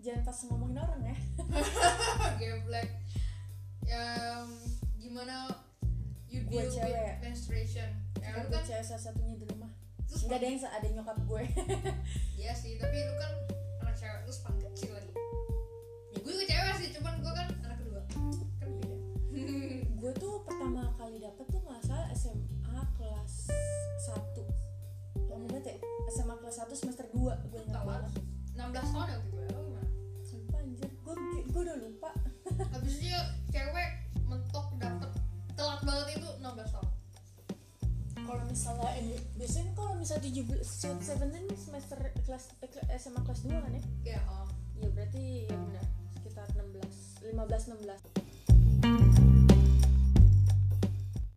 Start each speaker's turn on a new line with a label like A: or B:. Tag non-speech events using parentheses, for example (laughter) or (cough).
A: jangan pas ngomongin orang ya
B: geblek um, gimana you
A: Gua
B: deal
A: cewek.
B: with menstruation ya
A: karena
B: lu
A: gue
B: kan
A: cewek salah satunya di rumah
B: terus
A: nggak ada yang se- ada nyokap
B: (laughs)
A: gue
B: iya sih tapi lu kan anak cewek lu sepang kecil lagi ya gue juga cewek sih cuman gue kan anak kedua kan beda
A: (laughs) gue tuh pertama kali dapet tuh nggak salah SMA kelas 1 lama banget ya SMA kelas 1 semester 2 gue ingat
B: Hmm. Tahu.
A: banget
B: 16 tahun ya waktu gue lu gimana
A: lupa anjir gue gue udah lupa
B: habis itu ya, cewek mentok dapet telat banget itu 16 tahun
A: kalau misalnya eh, biasanya kalau misalnya 17 se- 17 semester kelas eh, ke- SMA kelas 2 kan ya
B: ya oh.
A: Iya berarti ya benar sekitar 16 15 16